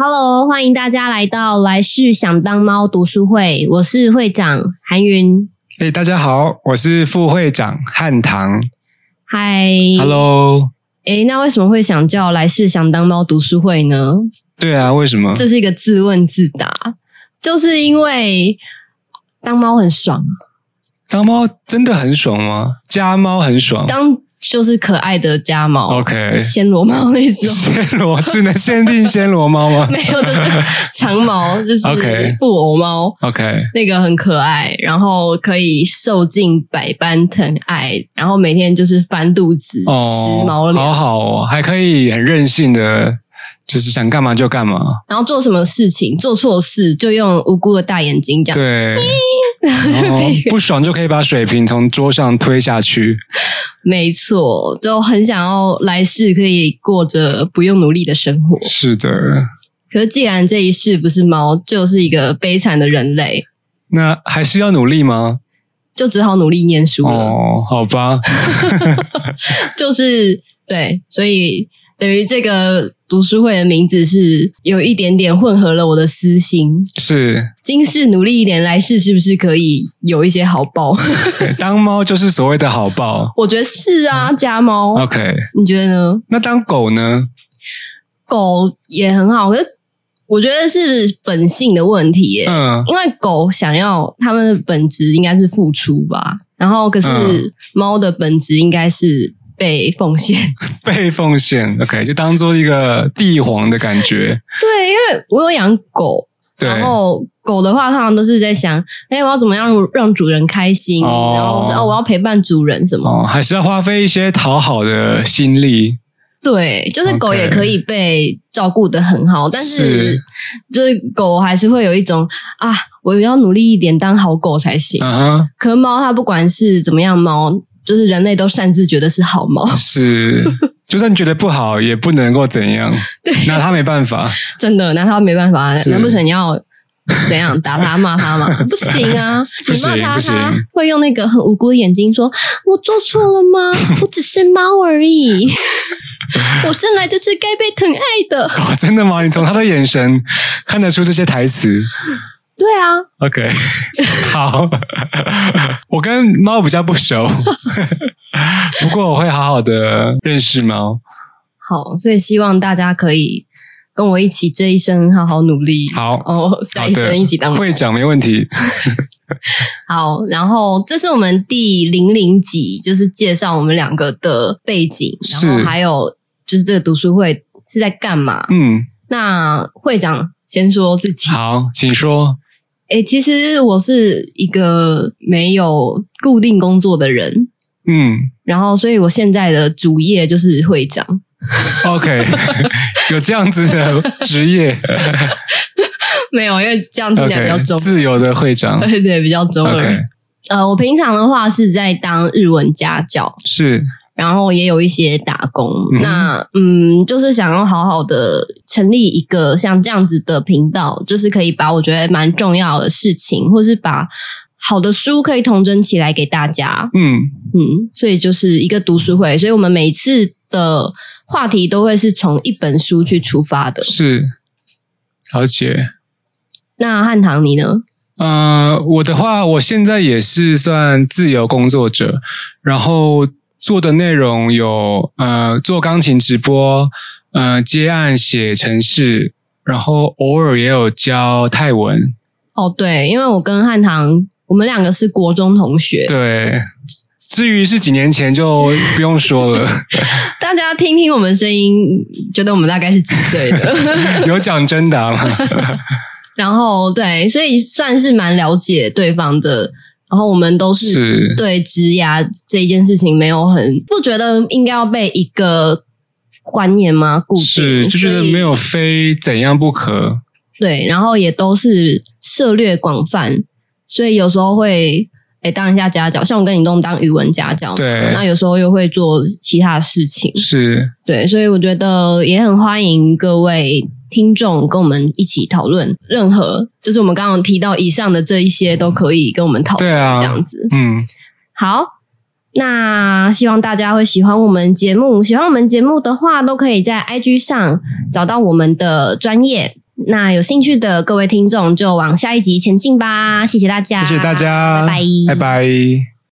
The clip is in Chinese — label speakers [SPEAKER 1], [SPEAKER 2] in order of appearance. [SPEAKER 1] Hello，欢迎大家来到来世想当猫读书会，我是会长韩云。
[SPEAKER 2] 哎、大家好，我是副会长汉唐。
[SPEAKER 1] 嗨
[SPEAKER 2] Hello，
[SPEAKER 1] 诶，那为什么会想叫来世想当猫读书会呢？
[SPEAKER 2] 对啊，为什么？
[SPEAKER 1] 这是一个自问自答，就是因为当猫很爽，
[SPEAKER 2] 当猫真的很爽吗？家猫很爽。
[SPEAKER 1] 当就是可爱的家猫
[SPEAKER 2] 嗯 OK，
[SPEAKER 1] 暹罗猫那种。
[SPEAKER 2] 暹罗只能限定暹罗猫吗
[SPEAKER 1] 没有，就是长毛，就是
[SPEAKER 2] OK
[SPEAKER 1] 布偶猫
[SPEAKER 2] ？OK，
[SPEAKER 1] 那个很可爱，然后可以受尽百般疼爱，然后每天就是翻肚子、
[SPEAKER 2] 哦，
[SPEAKER 1] 吃猫粮，
[SPEAKER 2] 好好哦，还可以很任性的，就是想干嘛就干嘛。
[SPEAKER 1] 然后做什么事情做错事就用无辜的大眼睛这样，
[SPEAKER 2] 对，
[SPEAKER 1] 就
[SPEAKER 2] 然后
[SPEAKER 1] 被
[SPEAKER 2] 不爽就可以把水瓶从桌上推下去。
[SPEAKER 1] 没错，就很想要来世可以过着不用努力的生活。
[SPEAKER 2] 是的，
[SPEAKER 1] 可是既然这一世不是猫，就是一个悲惨的人类，
[SPEAKER 2] 那还是要努力吗？
[SPEAKER 1] 就只好努力念书了。
[SPEAKER 2] 哦，好吧，
[SPEAKER 1] 就是对，所以等于这个读书会的名字是有一点点混合了我的私心。
[SPEAKER 2] 是
[SPEAKER 1] 今世努力一点，来世是不是可以有一些好报？
[SPEAKER 2] 对当猫就是所谓的好报。
[SPEAKER 1] 我觉得是啊，家猫，
[SPEAKER 2] 嗯 OK，
[SPEAKER 1] 你觉得呢？
[SPEAKER 2] 那当狗呢？
[SPEAKER 1] 狗也很好，可是我觉得是本性的问题耶、
[SPEAKER 2] 嗯，
[SPEAKER 1] 因为狗想要它们的本质应该是付出吧，然后可是
[SPEAKER 2] 嗯
[SPEAKER 1] 猫的本质应该是被奉 献。
[SPEAKER 2] 被奉献。OK，就当做一个帝皇的感觉。
[SPEAKER 1] 对，因为我有养狗，
[SPEAKER 2] 对，
[SPEAKER 1] 然后狗的话，通常都是在想，哎、我要怎么样让主人开心，
[SPEAKER 2] 哦
[SPEAKER 1] 然后哦，我要陪伴主人什么。
[SPEAKER 2] 哦，还是要花费一些讨好的心力。
[SPEAKER 1] 对，就是狗
[SPEAKER 2] OK
[SPEAKER 1] 也可以被照顾的很好，但是
[SPEAKER 2] 是
[SPEAKER 1] 就是狗还是会有一种啊，我要努力一点当好狗才行。
[SPEAKER 2] 嗯
[SPEAKER 1] 可是猫它不管是怎么样猫。就是人类都擅自觉得是好 猫，
[SPEAKER 2] 哼，是。就算觉得不好，也不能够怎样。
[SPEAKER 1] 对，
[SPEAKER 2] 那他没办法。
[SPEAKER 1] 真的，那它没办法，
[SPEAKER 2] 是
[SPEAKER 1] 难不成你要怎样打它骂它 吗？不行啊，
[SPEAKER 2] 不
[SPEAKER 1] 你
[SPEAKER 2] 行
[SPEAKER 1] 骂它，
[SPEAKER 2] 不行
[SPEAKER 1] 它会用那个很无辜的眼睛说：“我做错了吗？ 我只是猫而已， 我生来就是该被疼爱的。
[SPEAKER 2] 哦，真的吗？你从他的眼神看得出这些台词。”
[SPEAKER 1] 对啊，
[SPEAKER 2] OK，好， 我跟猫比较不熟， 不过我会好好的认识猫。
[SPEAKER 1] 好，所以希望大家可以跟我一起这一生好好努力。
[SPEAKER 2] 好
[SPEAKER 1] 哦，下一
[SPEAKER 2] 好的
[SPEAKER 1] 生一起当猫
[SPEAKER 2] 会长没问题。
[SPEAKER 1] 好，然后这是我们第零零集，就是介绍我们两个的背景，
[SPEAKER 2] 是
[SPEAKER 1] 然后还有就是这个读书会是在干嘛。
[SPEAKER 2] 嗯，
[SPEAKER 1] 那会长先说自己，
[SPEAKER 2] 好，请说。
[SPEAKER 1] 诶、其实我是一个没有固定工作的人，
[SPEAKER 2] 嗯
[SPEAKER 1] 然后所以我现在的主业就是会长，
[SPEAKER 2] ，OK，有这样子的职业
[SPEAKER 1] 没有，因为这样听起来比较
[SPEAKER 2] ，OK，
[SPEAKER 1] 中
[SPEAKER 2] 自由的会 长
[SPEAKER 1] 对对，比较中二。
[SPEAKER 2] ，OK，
[SPEAKER 1] 呃，我平常的话是在当日文家教，
[SPEAKER 2] 是
[SPEAKER 1] 然后也有一些打工。
[SPEAKER 2] 嗯哼
[SPEAKER 1] 那嗯，就是想要好好的成立一个像这样子的频道，就是可以把我觉得蛮重要的事情，或是把好的书可以统整起来给大家。
[SPEAKER 2] 嗯，
[SPEAKER 1] 嗯，所以就是一个读书会，所以我们每一次的话题都会是从一本书去出发的。
[SPEAKER 2] 是了解。
[SPEAKER 1] 那汉唐你呢？
[SPEAKER 2] 呃，我的话，我现在也是算自由工作者，然后做的内容有呃做钢琴直播，呃接案写程式，然后偶尔也有教泰文，
[SPEAKER 1] 哦，对，因为我跟汉唐，我们两个是国中同学，
[SPEAKER 2] 对。至于是几年前就不用说了，
[SPEAKER 1] 大家听听我们声音，觉得我们大概是几岁 的？
[SPEAKER 2] 有讲真答吗？
[SPEAKER 1] 然后对，所以算是蛮了解对方的。然后我们都是
[SPEAKER 2] 是
[SPEAKER 1] 对职涯这一件事情没有很不觉得应该要被一个观念吗固定，
[SPEAKER 2] 是，就觉得
[SPEAKER 1] 所以
[SPEAKER 2] 没有非怎样不可。
[SPEAKER 1] 对，然后也都是涉略广泛，所以有时候会诶当一下家教，像我跟你都当语文家教嘛，
[SPEAKER 2] 对
[SPEAKER 1] 那有时候又会做其他事情，
[SPEAKER 2] 是，
[SPEAKER 1] 对，所以我觉得也很欢迎各位听众跟我们一起讨论任何，就是我们刚刚提到以上的这一些都可以跟我们讨论，
[SPEAKER 2] 对啊
[SPEAKER 1] 这样子，
[SPEAKER 2] 嗯，
[SPEAKER 1] 好，那希望大家会喜欢我们节目。喜欢我们节目的话，都可以在 IG 上找到我们的专业，那有兴趣的各位听众就往下一集前进吧，谢谢大家，
[SPEAKER 2] 谢谢大
[SPEAKER 1] 拜
[SPEAKER 2] 家，
[SPEAKER 1] 拜，
[SPEAKER 2] 拜拜。